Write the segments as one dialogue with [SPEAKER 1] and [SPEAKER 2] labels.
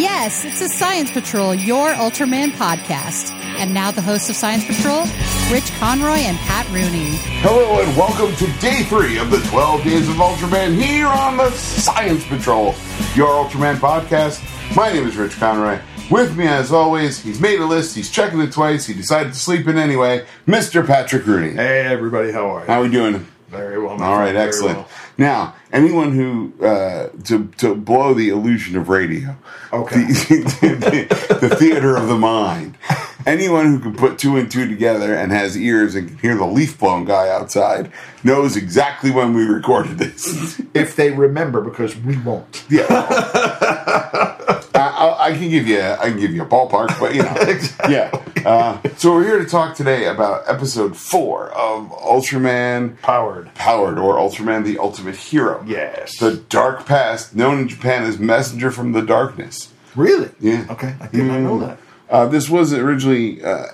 [SPEAKER 1] Yes, it's the Science Patrol, your Ultraman podcast. And now the hosts of Science Patrol, Rich Conroy and Pat Rooney.
[SPEAKER 2] Hello and welcome to day three of the 12 Days of Ultraman here on the Science Patrol, your Ultraman podcast. My name is Rich Conroy. With me, as always, he's made a list, he's checking it twice, he decided to sleep in anyway, Mr. Patrick Rooney.
[SPEAKER 3] Hey everybody, how are you?
[SPEAKER 2] How we doing?
[SPEAKER 3] Very well. my
[SPEAKER 2] All right,
[SPEAKER 3] friend, very
[SPEAKER 2] excellent.
[SPEAKER 3] well.
[SPEAKER 2] Now, anyone who, uh, to, to blow the illusion of radio,
[SPEAKER 3] Oh, Okay.
[SPEAKER 2] the, the, the theater of the mind. Anyone who can put two and two together and has ears and can hear the leaf blown guy outside knows exactly when we recorded this.
[SPEAKER 3] If they remember, because we won't.
[SPEAKER 2] Yeah, I, I, I can give you I can give you a ballpark, but you know, yeah. Uh, so we're here to talk today about episode four of Ultraman
[SPEAKER 3] Powered.
[SPEAKER 2] Powered or Ultraman: The Ultimate Hero.
[SPEAKER 3] Yes.
[SPEAKER 2] the dark past known in Japan as Messenger from the Darkness.
[SPEAKER 3] Really?
[SPEAKER 2] Yeah.
[SPEAKER 3] Okay. I did not know that.
[SPEAKER 2] Uh, this was originally uh,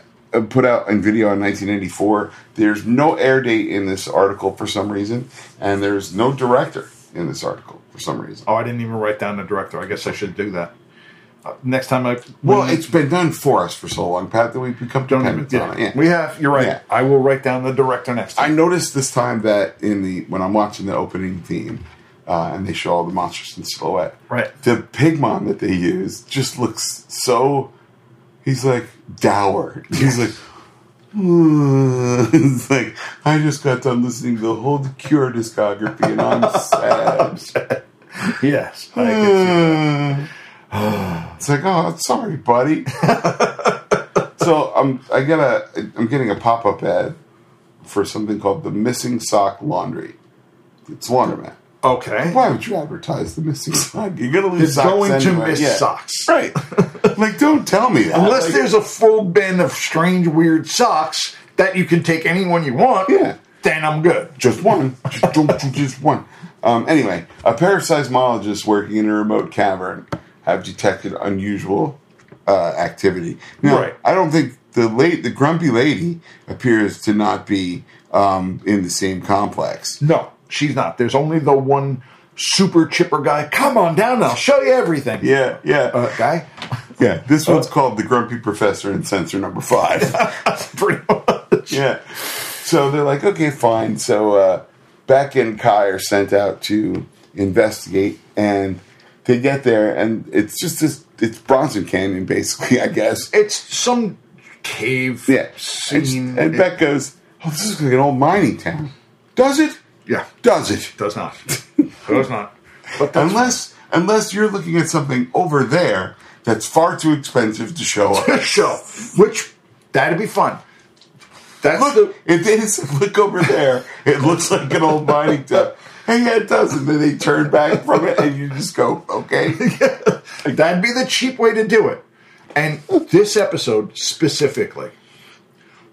[SPEAKER 2] put out in video in 1984. There's no air date in this article for some reason, and there's no director in this article for some reason.
[SPEAKER 3] Oh, I didn't even write down the director. I guess I should do that. Uh, next time I
[SPEAKER 2] Well,
[SPEAKER 3] when-
[SPEAKER 2] it's been done for us for so long, Pat, that we've become
[SPEAKER 3] don't
[SPEAKER 2] dependent
[SPEAKER 3] even- yeah.
[SPEAKER 2] on it. Yeah.
[SPEAKER 3] We have. You're right.
[SPEAKER 2] Yeah.
[SPEAKER 3] I will write down the director next
[SPEAKER 2] I
[SPEAKER 3] time.
[SPEAKER 2] noticed this time that in the when I'm watching the opening theme, uh, and they show all the monsters in silhouette.
[SPEAKER 3] Right.
[SPEAKER 2] The Pigmon that they use just looks so. He's like dour. He's like. it's like I just got done listening to the whole Cure discography, and I'm sad.
[SPEAKER 3] yes. I can see
[SPEAKER 2] Hmm.
[SPEAKER 3] that.
[SPEAKER 2] it's like, oh, sorry, buddy. so I'm I get a I'm getting a pop up ad for something called the Missing Sock Laundry. It's laundromat.
[SPEAKER 3] Okay.
[SPEAKER 2] Why would you advertise the missing sock? You're gonna lose
[SPEAKER 3] It's
[SPEAKER 2] socks
[SPEAKER 3] going
[SPEAKER 2] anyway.
[SPEAKER 3] to miss
[SPEAKER 2] Yeah.
[SPEAKER 3] socks.
[SPEAKER 2] right? like, don't tell me that.
[SPEAKER 3] Unless
[SPEAKER 2] Like,
[SPEAKER 3] there's a full bin of strange, weird socks that you can take any one you want.
[SPEAKER 2] Yeah.
[SPEAKER 3] Then I'm good.
[SPEAKER 2] just one. Just don't you just one. Um, anyway, a pair of seismologists working in a remote cavern have detected unusual uh, activity. Now,
[SPEAKER 3] Right.
[SPEAKER 2] I don't think the late the grumpy lady appears to not be um, in the same complex.
[SPEAKER 3] No, she's not. There's only the one super chipper guy. Come on down, I'll show you everything.
[SPEAKER 2] Yeah, yeah,
[SPEAKER 3] Uh, guy.
[SPEAKER 2] yeah. Uh, This one's called the Grumpy Professor in Sensor Number Five.
[SPEAKER 3] Pretty much.
[SPEAKER 2] yeah. So they're like, okay, fine. So uh, Beck and Kai are sent out to investigate, and they get there, and it's just this. It's Bronson Canyon, basically, I guess.
[SPEAKER 3] It's some cave
[SPEAKER 2] Yeah. And, sh-
[SPEAKER 3] scene.
[SPEAKER 2] and
[SPEAKER 3] It
[SPEAKER 2] Beck goes, "Oh, this is like an old mining town. Does it?
[SPEAKER 3] Yeah.
[SPEAKER 2] Does it?
[SPEAKER 3] does not. does not. But that's
[SPEAKER 2] Unless, unless you're looking at something over there that's far too expensive to show up."
[SPEAKER 3] the show, which that'd be fun. That's
[SPEAKER 2] Look, if they just look over there, it looks like an old mining town. Hey, yeah, it does. And then they turn back from it, and you just go, okay.
[SPEAKER 3] the, that'd be the cheap way to do it. And this episode specifically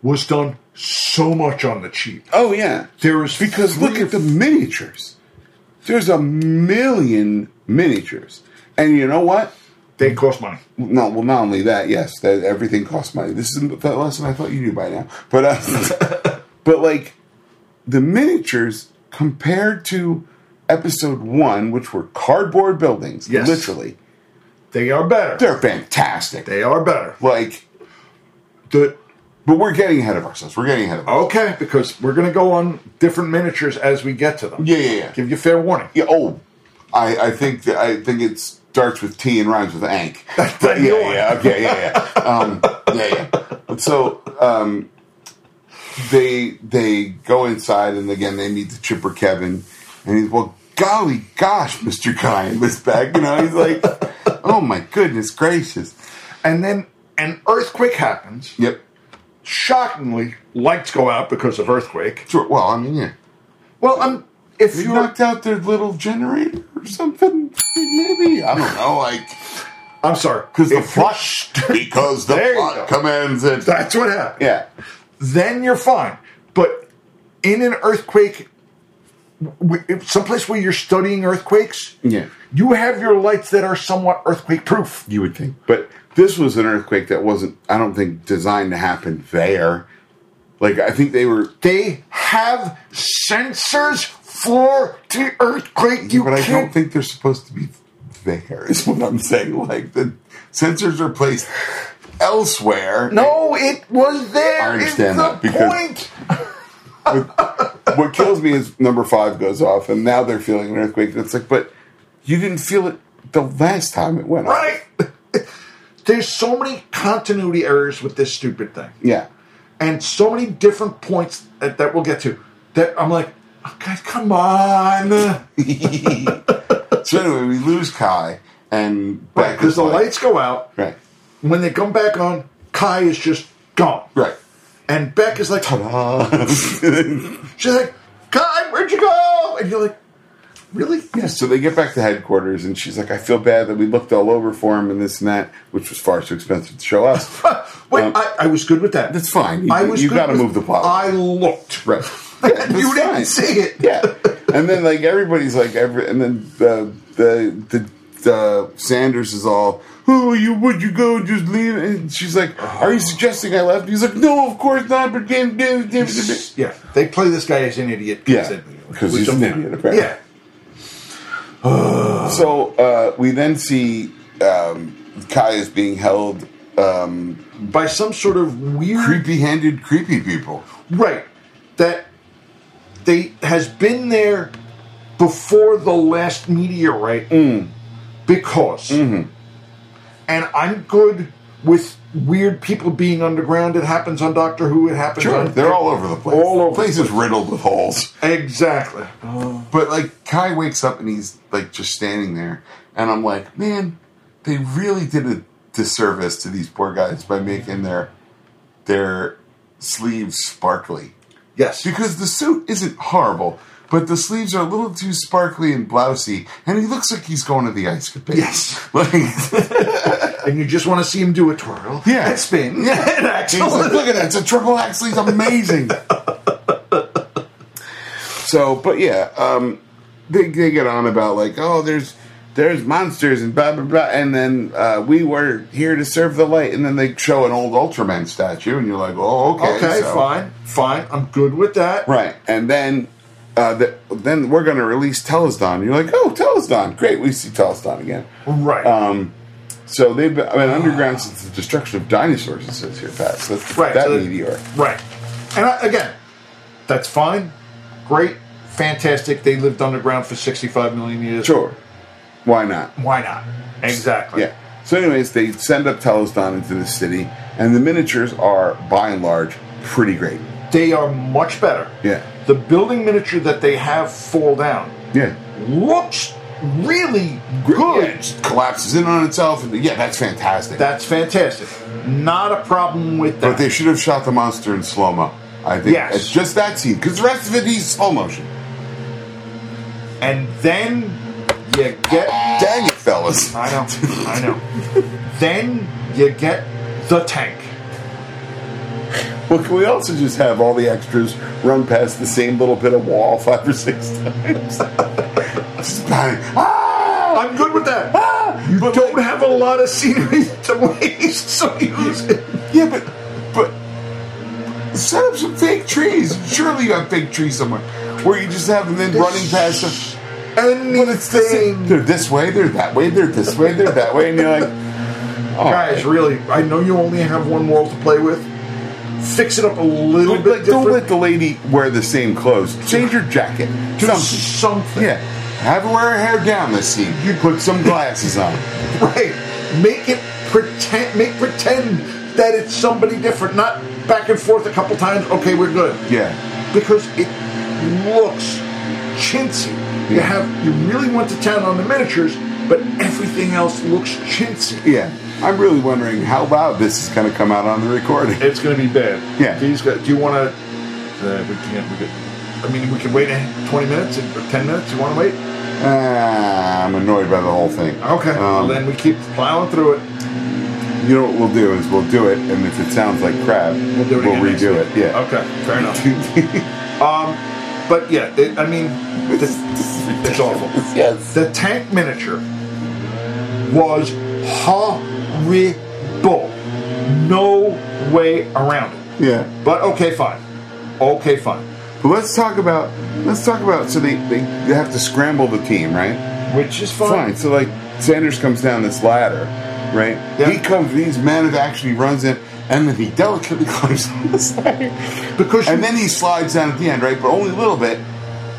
[SPEAKER 3] was done so much on the cheap.
[SPEAKER 2] Oh yeah,
[SPEAKER 3] There was
[SPEAKER 2] because look
[SPEAKER 3] three
[SPEAKER 2] at the miniatures. There's a million miniatures, and you know what?
[SPEAKER 3] They cost money.
[SPEAKER 2] No, well, not only that, yes, that everything costs money. This is that lesson I thought you knew by now, but uh, but like the miniatures compared to episode one, which were cardboard buildings,
[SPEAKER 3] Yes.
[SPEAKER 2] literally,
[SPEAKER 3] They are better.
[SPEAKER 2] they're fantastic.
[SPEAKER 3] They are better.
[SPEAKER 2] like
[SPEAKER 3] The
[SPEAKER 2] but we're getting ahead of ourselves we're getting ahead of ourselves.
[SPEAKER 3] Okay, because we're going to go on different miniatures as we get to them.
[SPEAKER 2] Oh, yeah yeah yeah,
[SPEAKER 3] Give you fair warning.
[SPEAKER 2] Yeah, oh i i think that i think it starts with t and rhymes with ank
[SPEAKER 3] what
[SPEAKER 2] yeah
[SPEAKER 3] I knew.
[SPEAKER 2] yeah okay yeah yeah um yeah yeah so um they they go inside and again they meet the chipper kevin and he's well golly gosh mr guy in this bag you know he's like oh my goodness gracious
[SPEAKER 3] And then an earthquake happens.
[SPEAKER 2] yep
[SPEAKER 3] Shockingly, lights go out because of earthquake.
[SPEAKER 2] sure well i mean yeah
[SPEAKER 3] Well, I'm if
[SPEAKER 2] You
[SPEAKER 3] you
[SPEAKER 2] knocked out their little generator or something? Maybe I don't know. Like
[SPEAKER 3] I'm sorry,
[SPEAKER 2] because the
[SPEAKER 3] If-
[SPEAKER 2] flush, because the
[SPEAKER 3] There you
[SPEAKER 2] plot
[SPEAKER 3] go.
[SPEAKER 2] commands it.
[SPEAKER 3] that's what happened.
[SPEAKER 2] Yeah,
[SPEAKER 3] Then you're fine. But in an earthquake, w- w- someplace where you're studying earthquakes,
[SPEAKER 2] Yeah.
[SPEAKER 3] you have your lights that are somewhat earthquake proof.
[SPEAKER 2] you would think, but this was an earthquake that wasn't. I don't think designed to happen there. Like I think they were.
[SPEAKER 3] They have sensors for the earthquake. You
[SPEAKER 2] but I
[SPEAKER 3] can't
[SPEAKER 2] don't think they're supposed to be there. Is what I'm saying. Like the sensors are placed elsewhere.
[SPEAKER 3] No, it was there.
[SPEAKER 2] I understand
[SPEAKER 3] is the
[SPEAKER 2] that, because-
[SPEAKER 3] point.
[SPEAKER 2] what kills me is number five goes off, and now they're feeling an earthquake. And it's like, but you didn't feel it the last time it went off.
[SPEAKER 3] Right. There's so many continuity errors with this stupid thing.
[SPEAKER 2] Yeah.
[SPEAKER 3] and so many different points that, that we'll get to that I'm like, oh, guys, come on. Right,
[SPEAKER 2] So anyway, we lose Kai, and back
[SPEAKER 3] because
[SPEAKER 2] is
[SPEAKER 3] the
[SPEAKER 2] like-
[SPEAKER 3] lights go out.
[SPEAKER 2] Right.
[SPEAKER 3] When they come back on, Kai is just gone.
[SPEAKER 2] Right.
[SPEAKER 3] And Beck is like, she's like, Kai, where'd you go? And you're like, really?
[SPEAKER 2] Yeah, so they get back to headquarters, and she's like, "I feel bad that we looked all over for him and this and that, which was far too expensive to show us."
[SPEAKER 3] Wait,
[SPEAKER 2] Um,
[SPEAKER 3] I, I was good with that.
[SPEAKER 2] that's fine. You- you
[SPEAKER 3] good
[SPEAKER 2] gotta
[SPEAKER 3] with-
[SPEAKER 2] move the plot.
[SPEAKER 3] I looked.
[SPEAKER 2] right?
[SPEAKER 3] you
[SPEAKER 2] That's
[SPEAKER 3] didn't
[SPEAKER 2] fine.
[SPEAKER 3] see it.
[SPEAKER 2] Yeah, and then like everybody's like every, and then the the the, the Sanders is all, "Oh, you would you go and just leave?" And she's like, "Are you suggesting I left?" He's like, "No, of course not." But damn, damn, damn, damn.
[SPEAKER 3] Yeah, they play this guy as an idiot.
[SPEAKER 2] Yeah,
[SPEAKER 3] Which
[SPEAKER 2] 'cause he's an
[SPEAKER 3] I'm-
[SPEAKER 2] idiot, apparently.
[SPEAKER 3] Yeah,
[SPEAKER 2] So uh, we then see um, Kai is being held. Um,
[SPEAKER 3] by some sort of weird
[SPEAKER 2] creepy-handed, creepy people.
[SPEAKER 3] Right. That they has been there before the last meteorite
[SPEAKER 2] Mm.
[SPEAKER 3] because
[SPEAKER 2] Mm-hmm.
[SPEAKER 3] and I'm good with weird people being underground. It happens on Doctor Who, it happens
[SPEAKER 2] Sure,
[SPEAKER 3] on
[SPEAKER 2] they're all over the place.
[SPEAKER 3] All over the
[SPEAKER 2] place is riddled with holes.
[SPEAKER 3] Exactly.
[SPEAKER 2] But like Kai wakes up and he's like just standing there, and I'm like, man, they really did a disservice to these poor guys by making their their sleeves sparkly
[SPEAKER 3] Yes.
[SPEAKER 2] because the suit isn't horrible. But the sleeves are a little too sparkly and blousy, and he looks like he's going to the ice capade.
[SPEAKER 3] Yes.
[SPEAKER 2] like,
[SPEAKER 3] And you just want to see him do a twirl.
[SPEAKER 2] Yeah.
[SPEAKER 3] And spin.
[SPEAKER 2] Yeah.
[SPEAKER 3] And
[SPEAKER 2] He's
[SPEAKER 3] axle.
[SPEAKER 2] like, look at that. It's a triple axle. He's amazing. so, but yeah, um, they, they get on about like, oh, there's there's monsters and blah, blah, blah. And then uh, we were here to serve the light. And then they show an old Ultraman statue. And you're like, oh, okay.
[SPEAKER 3] Okay,
[SPEAKER 2] so-
[SPEAKER 3] fine. Fine. I'm good with that.
[SPEAKER 2] Right. And then uh, the, then we're going to release Telesdon. You're like, oh, Telesdon. Great. We see Telesdon again.
[SPEAKER 3] Right.
[SPEAKER 2] Um, so they've been, I mean, underground since the destruction of dinosaurs, it says here, Pat. So that's
[SPEAKER 3] Right,
[SPEAKER 2] that
[SPEAKER 3] so they-
[SPEAKER 2] meteor.
[SPEAKER 3] Right. And I, again, that's fine. Great. Fantastic. They lived underground for 65 million years.
[SPEAKER 2] Sure. Why not?
[SPEAKER 3] Why not? Exactly.
[SPEAKER 2] Yeah. So, anyways, they send up Telesdon into the city, and the miniatures are, by and large, pretty great.
[SPEAKER 3] They are much better.
[SPEAKER 2] Yeah.
[SPEAKER 3] The building miniature that they have fall down
[SPEAKER 2] Yeah.
[SPEAKER 3] looks really
[SPEAKER 2] Yeah,
[SPEAKER 3] good.
[SPEAKER 2] it just collapses in on itself, and yeah, that's fantastic.
[SPEAKER 3] That's fantastic. Not a problem with that.
[SPEAKER 2] but they should have shot the monster in slow mo. I think
[SPEAKER 3] Yes.
[SPEAKER 2] it's just that scene because the rest of it is slow motion.
[SPEAKER 3] and then you get.
[SPEAKER 2] Dang it, fellas!
[SPEAKER 3] I know. I know. then you get the tank.
[SPEAKER 2] Well, can we also just have all the extras run past the same little bit of wall five or six times? Just bang. Ah!
[SPEAKER 3] I'm good with that.
[SPEAKER 2] Ah!
[SPEAKER 3] You
[SPEAKER 2] But,
[SPEAKER 3] don't
[SPEAKER 2] like,
[SPEAKER 3] have a lot of scenery to waste, so use it.
[SPEAKER 2] Yeah, but but set up some fake trees. Surely you have fake trees somewhere where you just have them then running past them. But it's the same. They're this way. They're that way. They're this way. They're that way. And you're like, oh,
[SPEAKER 3] Guys, really, I know you only have one world to play with. Fix it up a little
[SPEAKER 2] But,
[SPEAKER 3] bit
[SPEAKER 2] like, don't let
[SPEAKER 3] different.
[SPEAKER 2] the lady wear the same clothes. Change your jacket.
[SPEAKER 3] Do
[SPEAKER 2] Something.
[SPEAKER 3] something.
[SPEAKER 2] Yeah, have her wear her hair down this scene. You put some glasses on.
[SPEAKER 3] Right. Make it pretend. Make pretend that it's somebody different. Not back and forth a couple times. Okay, we're good.
[SPEAKER 2] Yeah,
[SPEAKER 3] Because it looks chintzy. You
[SPEAKER 2] Yeah.
[SPEAKER 3] have. You really went to town on the miniatures, but everything else looks chintzy.
[SPEAKER 2] yeah. I'm really wondering how loud this is going to come out on the recording.
[SPEAKER 3] It's going to be bad.
[SPEAKER 2] Yeah.
[SPEAKER 3] These guys, do you want to? Uh, we can't. We could, I mean, we can wait a- 20 minutes or 10 minutes. You want to wait?
[SPEAKER 2] Ah, I'm annoyed by the whole thing.
[SPEAKER 3] Okay. well,
[SPEAKER 2] Um,
[SPEAKER 3] then we keep plowing through it.
[SPEAKER 2] You know what we'll do is we'll do it, and if it sounds like crap, we'll,
[SPEAKER 3] do it again next
[SPEAKER 2] redo
[SPEAKER 3] week.
[SPEAKER 2] it. Yeah.
[SPEAKER 3] Okay. Fair enough. um, but yeah, it, I mean, this, it's awful.
[SPEAKER 2] yes.
[SPEAKER 3] The tank miniature was horrible. No way around it.
[SPEAKER 2] Yeah.
[SPEAKER 3] But okay, fine. Okay, fine.
[SPEAKER 2] But let's talk about let's talk about so they they, they have to scramble the team, right?
[SPEAKER 3] Which is
[SPEAKER 2] Fine. So like Sanders comes down this ladder, right?
[SPEAKER 3] Yeah.
[SPEAKER 2] He comes, he's man of action, he runs in, and then he delicately climbs on this ladder.
[SPEAKER 3] Because
[SPEAKER 2] and
[SPEAKER 3] you-
[SPEAKER 2] then he slides down at the end, right? But only a little bit,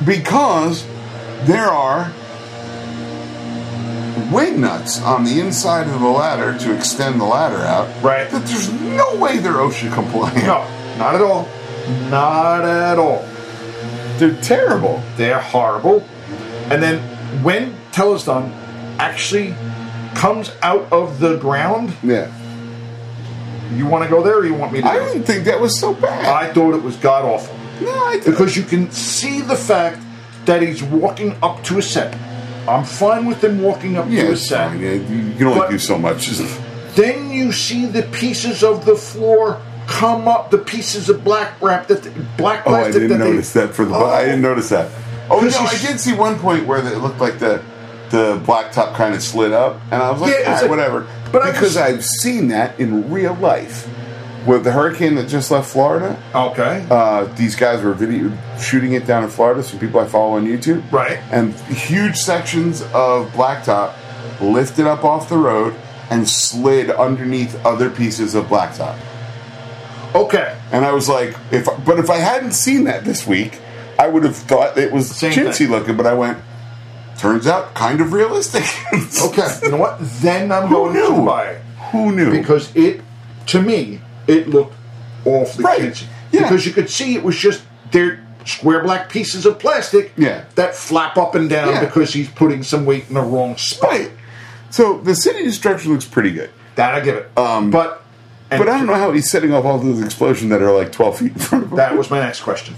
[SPEAKER 2] because there are wing nuts on the inside of the ladder to extend the ladder out.
[SPEAKER 3] Right.
[SPEAKER 2] That there's no way they're OSHA compliant.
[SPEAKER 3] No, not at all. Not at all.
[SPEAKER 2] They're terrible.
[SPEAKER 3] They're horrible. And then when Telesdon actually comes out of the ground,
[SPEAKER 2] Yeah.
[SPEAKER 3] you want to go there or you want me to?
[SPEAKER 2] I
[SPEAKER 3] go?
[SPEAKER 2] didn't think that was so bad.
[SPEAKER 3] I thought it was god awful.
[SPEAKER 2] no, I didn't.
[SPEAKER 3] Because you can see the fact that he's walking up to a set. I'm fine with him walking up
[SPEAKER 2] Yeah,
[SPEAKER 3] to a
[SPEAKER 2] it's
[SPEAKER 3] set.
[SPEAKER 2] fine. Yeah, you can only
[SPEAKER 3] But-
[SPEAKER 2] do so much.
[SPEAKER 3] Then you see the pieces of the floor come up, the pieces of black wrap that black
[SPEAKER 2] Oh, I
[SPEAKER 3] plastic
[SPEAKER 2] didn't
[SPEAKER 3] that they-
[SPEAKER 2] notice that for the.
[SPEAKER 3] Oh.
[SPEAKER 2] I didn't notice that. Oh no,
[SPEAKER 3] This
[SPEAKER 2] I
[SPEAKER 3] is-
[SPEAKER 2] did see one point where it looked like the the blacktop kind of slid up, and I was like,
[SPEAKER 3] Yeah, it's
[SPEAKER 2] "All right,
[SPEAKER 3] like-
[SPEAKER 2] whatever.
[SPEAKER 3] but I
[SPEAKER 2] because
[SPEAKER 3] just-
[SPEAKER 2] I've seen that in real life with the hurricane that just left Florida.
[SPEAKER 3] Okay.
[SPEAKER 2] Uh, these guys were video shooting it down in Florida. Some people I follow on YouTube,
[SPEAKER 3] Right.
[SPEAKER 2] And huge sections of blacktop lifted up off the road and slid underneath other pieces of blacktop.
[SPEAKER 3] okay.
[SPEAKER 2] And I was like, if but if I hadn't seen that this week, I would have thought it was
[SPEAKER 3] Same
[SPEAKER 2] chintzy
[SPEAKER 3] thing.
[SPEAKER 2] looking. But I went, turns out, kind of realistic.
[SPEAKER 3] Okay. you know what? Then I'm
[SPEAKER 2] who
[SPEAKER 3] going to
[SPEAKER 2] knew?
[SPEAKER 3] buy it.
[SPEAKER 2] Who knew?
[SPEAKER 3] Because it, to me, it looked awfully
[SPEAKER 2] Right.
[SPEAKER 3] fancy.
[SPEAKER 2] Yeah.
[SPEAKER 3] Because you could see it was just they're square black pieces of plastic
[SPEAKER 2] Yeah.
[SPEAKER 3] that flap up and down
[SPEAKER 2] Yeah.
[SPEAKER 3] because he's putting some weight in the wrong spot.
[SPEAKER 2] right. So the city structure looks pretty good,
[SPEAKER 3] That I give it.
[SPEAKER 2] Um,
[SPEAKER 3] but and
[SPEAKER 2] but I don't know how he's setting off all those explosions that are like twelve feet in front of him.
[SPEAKER 3] That was my next question.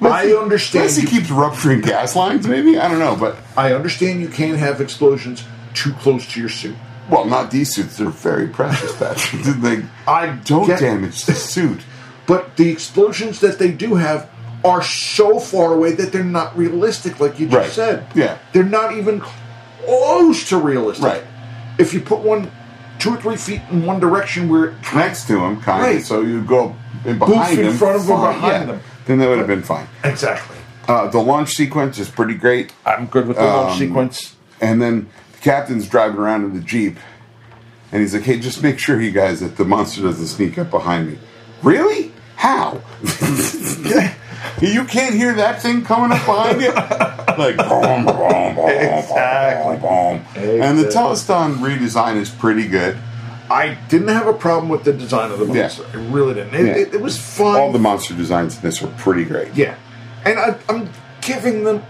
[SPEAKER 2] Unless he-
[SPEAKER 3] I understand.
[SPEAKER 2] Unless he
[SPEAKER 3] You,
[SPEAKER 2] keeps rupturing gas lines, maybe I don't know, but
[SPEAKER 3] I understand you can't have explosions too close to your suit.
[SPEAKER 2] well, not these suits. They're very precious. Patrick. they
[SPEAKER 3] I
[SPEAKER 2] don't
[SPEAKER 3] get-
[SPEAKER 2] damage the suit.
[SPEAKER 3] But the explosions that they do have are so far away that they're not realistic, like you just
[SPEAKER 2] Right.
[SPEAKER 3] said.
[SPEAKER 2] Yeah.
[SPEAKER 3] They're not even close to realistic.
[SPEAKER 2] Right.
[SPEAKER 3] If you put one two or three feet in one direction where it
[SPEAKER 2] next to him, kind of.
[SPEAKER 3] Right.
[SPEAKER 2] So you go in behind
[SPEAKER 3] Booth in
[SPEAKER 2] him,
[SPEAKER 3] front of him,
[SPEAKER 2] fine,
[SPEAKER 3] behind them.
[SPEAKER 2] Then that would have been fine.
[SPEAKER 3] Exactly.
[SPEAKER 2] Uh, the launch sequence is pretty great,
[SPEAKER 3] I'm good with the launch
[SPEAKER 2] Um,
[SPEAKER 3] sequence.
[SPEAKER 2] and then the captain's driving around in the jeep, and he's like, "Hey, just make sure you guys that the monster doesn't sneak up behind me." Really? How? you can't hear that thing coming up behind you, like boom, boom, boom,
[SPEAKER 3] Exactly.
[SPEAKER 2] boom, boom. And the
[SPEAKER 3] Exactly.
[SPEAKER 2] Teleston redesign is pretty good.
[SPEAKER 3] I didn't have a problem with the design of the
[SPEAKER 2] Yeah.
[SPEAKER 3] monster. I really didn't. It,
[SPEAKER 2] Yeah.
[SPEAKER 3] it, it was fun.
[SPEAKER 2] All the monster designs in this were pretty great.
[SPEAKER 3] Yeah, and I, I'm giving them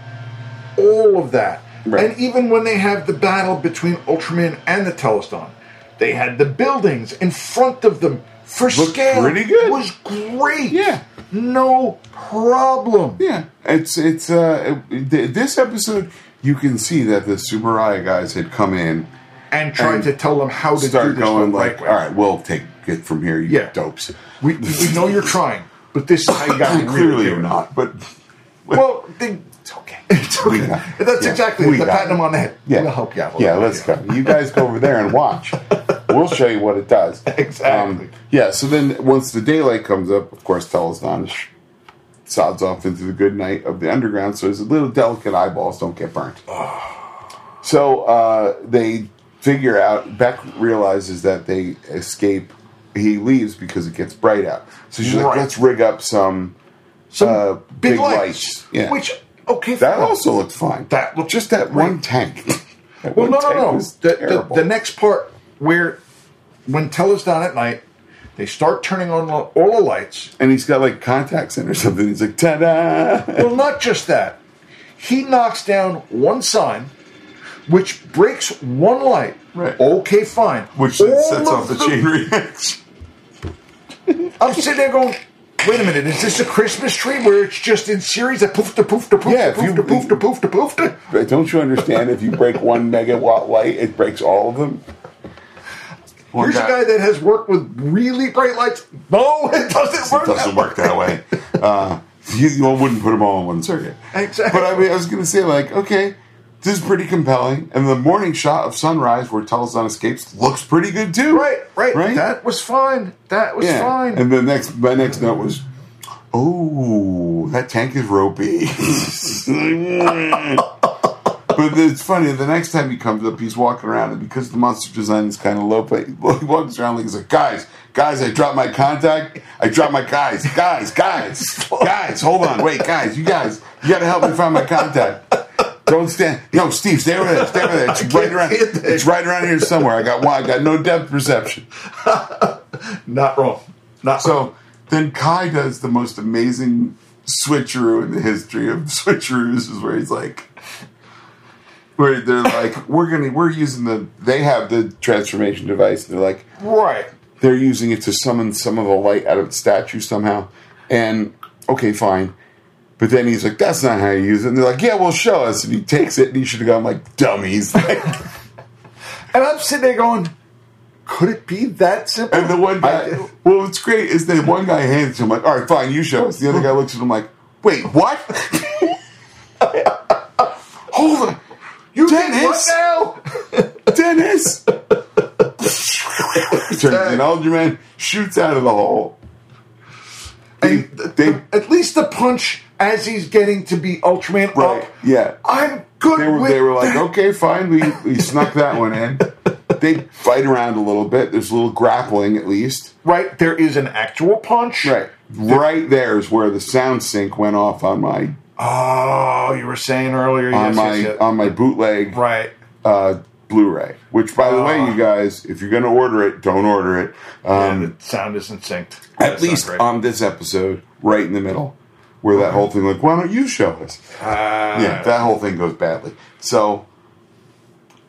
[SPEAKER 3] all of that.
[SPEAKER 2] Right.
[SPEAKER 3] And even when they have the battle between Ultraman and the Teleston, they had the buildings in front of them for scale.
[SPEAKER 2] pretty good.
[SPEAKER 3] Was great.
[SPEAKER 2] Yeah.
[SPEAKER 3] No problem.
[SPEAKER 2] Yeah, it's it's uh it- th- this episode you can see that the Subaraya guys had come in
[SPEAKER 3] And trying
[SPEAKER 2] And
[SPEAKER 3] to tell them how to do
[SPEAKER 2] start
[SPEAKER 3] this
[SPEAKER 2] going
[SPEAKER 3] the
[SPEAKER 2] like,
[SPEAKER 3] right way.
[SPEAKER 2] all right, we'll take it from here, you
[SPEAKER 3] Yeah.
[SPEAKER 2] dopes.
[SPEAKER 3] We, we know you're trying, but this is how you got to really
[SPEAKER 2] clearly
[SPEAKER 3] do
[SPEAKER 2] you're
[SPEAKER 3] it.
[SPEAKER 2] not, but
[SPEAKER 3] Well, they,
[SPEAKER 2] it's okay.
[SPEAKER 3] it's okay.
[SPEAKER 2] We got-
[SPEAKER 3] That's
[SPEAKER 2] yeah,
[SPEAKER 3] exactly
[SPEAKER 2] we
[SPEAKER 3] it. They're
[SPEAKER 2] got
[SPEAKER 3] patting
[SPEAKER 2] it.
[SPEAKER 3] them on the head.
[SPEAKER 2] Yeah,
[SPEAKER 3] We'll help you out. We'll
[SPEAKER 2] yeah,
[SPEAKER 3] help
[SPEAKER 2] let's
[SPEAKER 3] you
[SPEAKER 2] go.
[SPEAKER 3] out.
[SPEAKER 2] You guys go over there and watch. We'll show you what it does. Um,
[SPEAKER 3] Exactly.
[SPEAKER 2] yeah. So then, once the daylight comes up, of course, Telesdon sods off into the good night of the underground, so his little delicate eyeballs don't get burnt.
[SPEAKER 3] Ah.
[SPEAKER 2] So uh, they figure out. Beck realizes that they escape. He leaves because it gets bright out. So she's like,
[SPEAKER 3] Right.
[SPEAKER 2] "Let's rig up some."
[SPEAKER 3] Some
[SPEAKER 2] uh,
[SPEAKER 3] big,
[SPEAKER 2] big
[SPEAKER 3] lights.
[SPEAKER 2] lights. Yeah.
[SPEAKER 3] Which, okay.
[SPEAKER 2] That
[SPEAKER 3] fine.
[SPEAKER 2] also looked fine.
[SPEAKER 3] That looked
[SPEAKER 2] just that one tank. That
[SPEAKER 3] Well,
[SPEAKER 2] one
[SPEAKER 3] no, no,
[SPEAKER 2] tank
[SPEAKER 3] no.
[SPEAKER 2] was
[SPEAKER 3] The,
[SPEAKER 2] terrible.
[SPEAKER 3] the, the next part where when Tella's down at night, they start turning on lo- all the lights.
[SPEAKER 2] and he's got like contacts in or something. He's like, ta da!
[SPEAKER 3] Well, not just that. He knocks down one sign, which breaks one light.
[SPEAKER 2] Right.
[SPEAKER 3] Okay, fine.
[SPEAKER 2] Oh,
[SPEAKER 3] All of
[SPEAKER 2] reaction.
[SPEAKER 3] I'm sitting there going, wait a minute, is this a Christmas tree where it's just in series that poof to poof to poof
[SPEAKER 2] Yeah,
[SPEAKER 3] to
[SPEAKER 2] if you-
[SPEAKER 3] poof to poof to poof to poof to?
[SPEAKER 2] But don't you understand? If you break one megawatt light, it breaks all of them.
[SPEAKER 3] Here's a guy that has worked with really bright lights. No, it doesn't work.
[SPEAKER 2] It doesn't work that way. Uh, you, you wouldn't put them all in one circuit.
[SPEAKER 3] Exactly.
[SPEAKER 2] But I, mean, I was going to say, like, okay, this is pretty compelling. And the morning shot of sunrise where Telesdon escapes looks pretty good too.
[SPEAKER 3] Right, right,
[SPEAKER 2] Right?
[SPEAKER 3] That was fine. That was
[SPEAKER 2] Yeah.
[SPEAKER 3] fine.
[SPEAKER 2] And the next, my next note was, "Oh, that tank is ropey." but But it's funny. The next time he comes up, he's walking around, and because the monster design is kind of low, but he walks around like he's like, guys, guys, I dropped my contact. I dropped my guys, guys, guys, guys. Hold on, wait, guys, you guys, you got to help me find my contact. Don't stand. No, Steve, stay over there. Stay over there. It's right around.
[SPEAKER 3] see it there.
[SPEAKER 2] It's right around here somewhere. I got one. I got no depth perception.
[SPEAKER 3] Not wrong. Not so.
[SPEAKER 2] So then Kai does the most amazing switcheroo in the history of switcheroos, is where he's like, where they're like, we're gonna, we're using the, they have the transformation device. They're like,
[SPEAKER 3] Right.
[SPEAKER 2] they're using it to summon some of the light out of the statue somehow. And okay, fine. But then he's like, that's not how you use it. And they're like, yeah, well, show us. And he takes it and he should have gone like, dummies.
[SPEAKER 3] And I'm sitting there going, could it be that simple?
[SPEAKER 2] And the one guy,
[SPEAKER 3] I-
[SPEAKER 2] well, what's great is that one guy hands him like, "All right, fine, you show us." The other guy looks at him like, "Wait, what? Hold on,
[SPEAKER 3] you did what
[SPEAKER 2] Dennis!
[SPEAKER 3] now?
[SPEAKER 2] Dennis!" Turns an alderman, shoots out of the hole.
[SPEAKER 3] And
[SPEAKER 2] They-
[SPEAKER 3] the- the- at least the punch as he's getting to be Ultraman
[SPEAKER 2] Right,
[SPEAKER 3] up.
[SPEAKER 2] yeah.
[SPEAKER 3] I'm good
[SPEAKER 2] They were
[SPEAKER 3] with
[SPEAKER 2] they were like,
[SPEAKER 3] that.
[SPEAKER 2] "Okay, fine, we we snuck that one in." They fight around a little bit. There's a little grappling, at least.
[SPEAKER 3] Right, there is an actual punch.
[SPEAKER 2] right there is where the sound sync went off on my
[SPEAKER 3] Oh, you were saying earlier.
[SPEAKER 2] on
[SPEAKER 3] yes,
[SPEAKER 2] my
[SPEAKER 3] yes, yes.
[SPEAKER 2] on my bootleg
[SPEAKER 3] right.
[SPEAKER 2] uh, Blu-ray. Which, by the way,
[SPEAKER 3] Ah.
[SPEAKER 2] you guys, if you're going to order it, don't order it.
[SPEAKER 3] And
[SPEAKER 2] Um,
[SPEAKER 3] the sound isn't synced.
[SPEAKER 2] at
[SPEAKER 3] That's not
[SPEAKER 2] least
[SPEAKER 3] great.
[SPEAKER 2] on this episode, right in the middle, where that whole thing, like, why don't you show us?
[SPEAKER 3] Ah.
[SPEAKER 2] yeah, that whole thing goes badly. So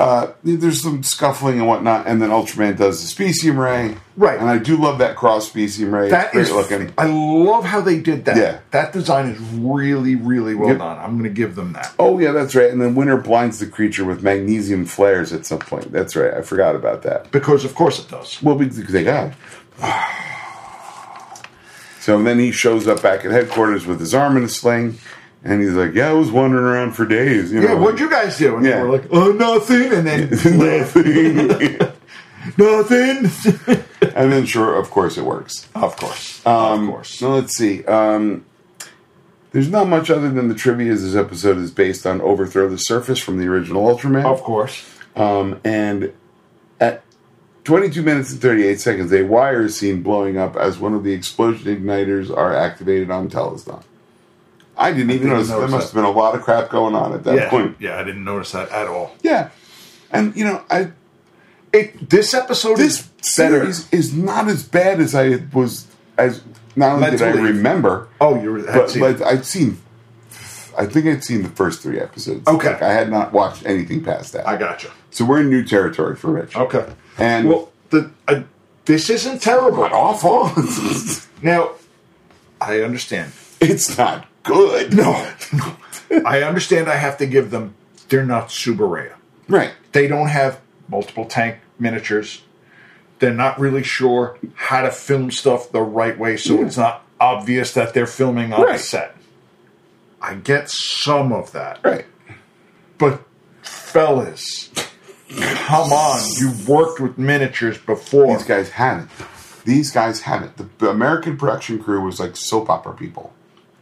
[SPEAKER 2] uh, there's some scuffling and whatnot, and then Ultraman does the specium ray,
[SPEAKER 3] Right.
[SPEAKER 2] And I do love that cross specium ray.
[SPEAKER 3] That
[SPEAKER 2] it's
[SPEAKER 3] is.
[SPEAKER 2] great looking.
[SPEAKER 3] I love how they did that.
[SPEAKER 2] Yeah.
[SPEAKER 3] That design is really, really well
[SPEAKER 2] Yep.
[SPEAKER 3] done. I'm going to give them that.
[SPEAKER 2] Oh yeah, that's right. And then Winter blinds the creature with magnesium flares at some point. That's right. I forgot about that.
[SPEAKER 3] Because, of course, it does.
[SPEAKER 2] Well, because they got. it. So then he shows up back at headquarters with his arm in a sling, and he's like, "Yeah, I was wandering around for days." You
[SPEAKER 3] Yeah,
[SPEAKER 2] know,
[SPEAKER 3] what'd you guys do? And
[SPEAKER 2] Yeah.
[SPEAKER 3] they were like, oh, nothing. And then,
[SPEAKER 2] nothing.
[SPEAKER 3] nothing.
[SPEAKER 2] and then, sure, of course, it works.
[SPEAKER 3] of course. of course.
[SPEAKER 2] Now let's see. Um, there's not much other than the trivia. as This episode is based on "Overthrow the Surface" from the original Ultraman.
[SPEAKER 3] Of course.
[SPEAKER 2] Um, and at 22 minutes and 38 seconds, a wire is seen blowing up as one of the explosion igniters are activated on Telesdon. I didn't even
[SPEAKER 3] didn't
[SPEAKER 2] notice. There
[SPEAKER 3] notice
[SPEAKER 2] must have
[SPEAKER 3] that.
[SPEAKER 2] been a lot of crap going on at that
[SPEAKER 3] Yeah.
[SPEAKER 2] point.
[SPEAKER 3] Yeah, I didn't notice that at all.
[SPEAKER 2] Yeah. And, you know, I
[SPEAKER 3] It, this episode
[SPEAKER 2] this
[SPEAKER 3] is better.
[SPEAKER 2] series is not as bad as I was, as not only did I
[SPEAKER 3] Mentally.
[SPEAKER 2] remember,
[SPEAKER 3] oh, you were. had
[SPEAKER 2] but,
[SPEAKER 3] seen
[SPEAKER 2] but
[SPEAKER 3] it.
[SPEAKER 2] I'd seen, I think I'd seen the first three episodes.
[SPEAKER 3] Okay.
[SPEAKER 2] Like, I had not watched anything past that.
[SPEAKER 3] I got you.
[SPEAKER 2] so we're in new territory for Rich.
[SPEAKER 3] Okay.
[SPEAKER 2] And-
[SPEAKER 3] well, the I, this isn't terrible.
[SPEAKER 2] Not awful.
[SPEAKER 3] Now, I understand.
[SPEAKER 2] It's not good.
[SPEAKER 3] No, I understand. I have to give them. They're not Subaraya.
[SPEAKER 2] Right.
[SPEAKER 3] They don't have multiple tank miniatures. They're not really sure how to film stuff the right way, so it's not obvious that they're filming on a
[SPEAKER 2] Right.
[SPEAKER 3] set. I get some of that,
[SPEAKER 2] Right.
[SPEAKER 3] but fellas, come on! You worked with miniatures before.
[SPEAKER 2] These guys had it. These guys had it. The the American production crew was like soap opera people,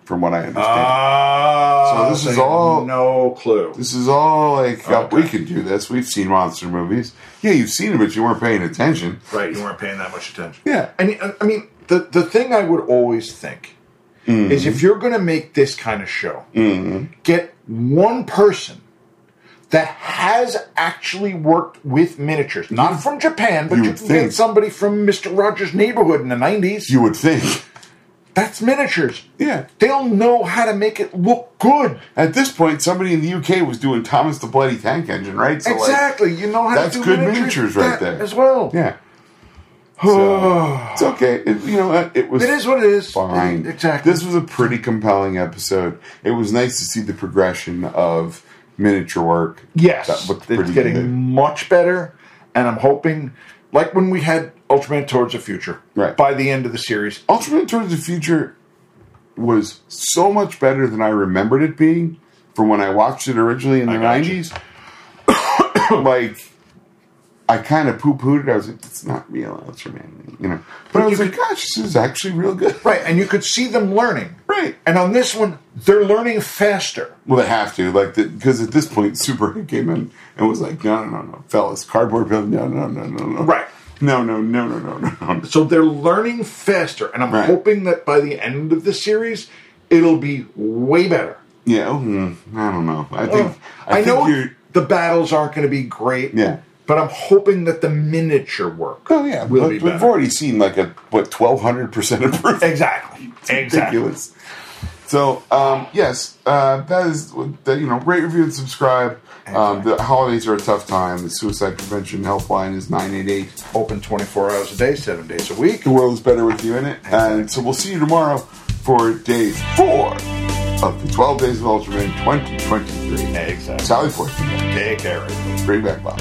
[SPEAKER 2] from what I understand.
[SPEAKER 3] Ah,
[SPEAKER 2] So this is
[SPEAKER 3] you have
[SPEAKER 2] all-
[SPEAKER 3] no clue.
[SPEAKER 2] this is all like, oh,
[SPEAKER 3] Okay.
[SPEAKER 2] we can do this. We've seen monster movies. Yeah, you've seen them, but you weren't paying attention.
[SPEAKER 3] Right, you weren't paying that much attention.
[SPEAKER 2] Yeah.
[SPEAKER 3] And uh, I- I mean, the, the thing I would always think is if you're going to make this kind of show, get one person that has actually worked with miniatures, not from Japan, but
[SPEAKER 2] You
[SPEAKER 3] you,
[SPEAKER 2] would
[SPEAKER 3] can
[SPEAKER 2] think.
[SPEAKER 3] get somebody from Mr. Rogers' neighborhood in the 90s.
[SPEAKER 2] You would think.
[SPEAKER 3] That's miniatures.
[SPEAKER 2] Yeah.
[SPEAKER 3] They'll know how to make it look good.
[SPEAKER 2] At this point, somebody in the UK was doing Thomas the Bloody Tank Engine, right? So, like,
[SPEAKER 3] exactly. You know how
[SPEAKER 2] that's
[SPEAKER 3] to do
[SPEAKER 2] good
[SPEAKER 3] miniatures,
[SPEAKER 2] miniatures right
[SPEAKER 3] that
[SPEAKER 2] there.
[SPEAKER 3] as well.
[SPEAKER 2] yeah. So, it's okay. It, you know, uh, it was.
[SPEAKER 3] It is what it is.
[SPEAKER 2] fine.
[SPEAKER 3] Exactly.
[SPEAKER 2] This was a pretty compelling episode. It was nice to see the progression of miniature work.
[SPEAKER 3] Yes,
[SPEAKER 2] That looked
[SPEAKER 3] it's
[SPEAKER 2] pretty
[SPEAKER 3] getting
[SPEAKER 2] good.
[SPEAKER 3] much better, and I'm hoping, like when we had Ultraman Towards the Future,
[SPEAKER 2] Right.
[SPEAKER 3] by the end of the series,
[SPEAKER 2] Ultraman Towards the Future was so much better than I remembered it being from when I watched it originally in the
[SPEAKER 3] got you.
[SPEAKER 2] nineties. like I kind of poo pooed it. I was like, it's not real Ultraman, you know. But, I
[SPEAKER 3] But
[SPEAKER 2] was
[SPEAKER 3] you
[SPEAKER 2] like, gosh, this is actually real good.
[SPEAKER 3] Right, and you could see them learning.
[SPEAKER 2] Right.
[SPEAKER 3] And on this one, they're learning faster.
[SPEAKER 2] Well, they have to, like, because at this point, Super came in and was like, no, no, no, no, fellas, cardboard building, no, no, no, no, no.
[SPEAKER 3] Right.
[SPEAKER 2] No, no, no, no, no, no, no.
[SPEAKER 3] So they're learning faster, and I'm
[SPEAKER 2] Right.
[SPEAKER 3] hoping that by the end of the series, it'll be way better.
[SPEAKER 2] Yeah, mm, I don't know. I think, I,
[SPEAKER 3] I,
[SPEAKER 2] think
[SPEAKER 3] know
[SPEAKER 2] you're,
[SPEAKER 3] the battles aren't going to be great.
[SPEAKER 2] Yeah.
[SPEAKER 3] But I'm hoping that the miniature work.
[SPEAKER 2] oh, yeah,
[SPEAKER 3] will
[SPEAKER 2] but
[SPEAKER 3] be
[SPEAKER 2] we've
[SPEAKER 3] better.
[SPEAKER 2] already seen, like, a, what, 1,200% improvement?
[SPEAKER 3] Exactly. Exactly.
[SPEAKER 2] ridiculous. So um, yes, uh, that is that. You know, rate, review, and subscribe. Um, the holidays are a tough time. The suicide prevention helpline is nine eight eight.
[SPEAKER 3] Open 24 hours a day, seven days a week.
[SPEAKER 2] The world is better with you in it. And so we'll see you tomorrow for day four of the twelve days of Ultraman twenty twenty three.
[SPEAKER 3] Exactly.
[SPEAKER 2] Sally Forth,
[SPEAKER 3] Take care. everybody.
[SPEAKER 2] bring back Bob.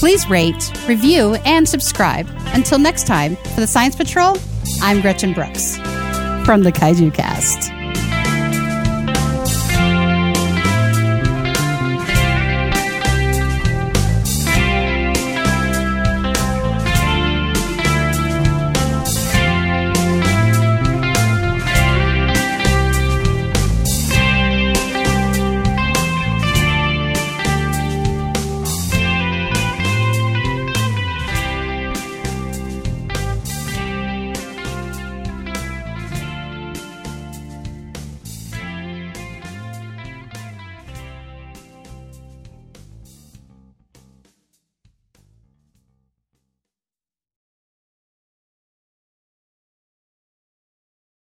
[SPEAKER 1] Please rate, review, and subscribe. Until next time, for the Science Patrol, I'm Gretchen Brooks from the Kaiju Cast.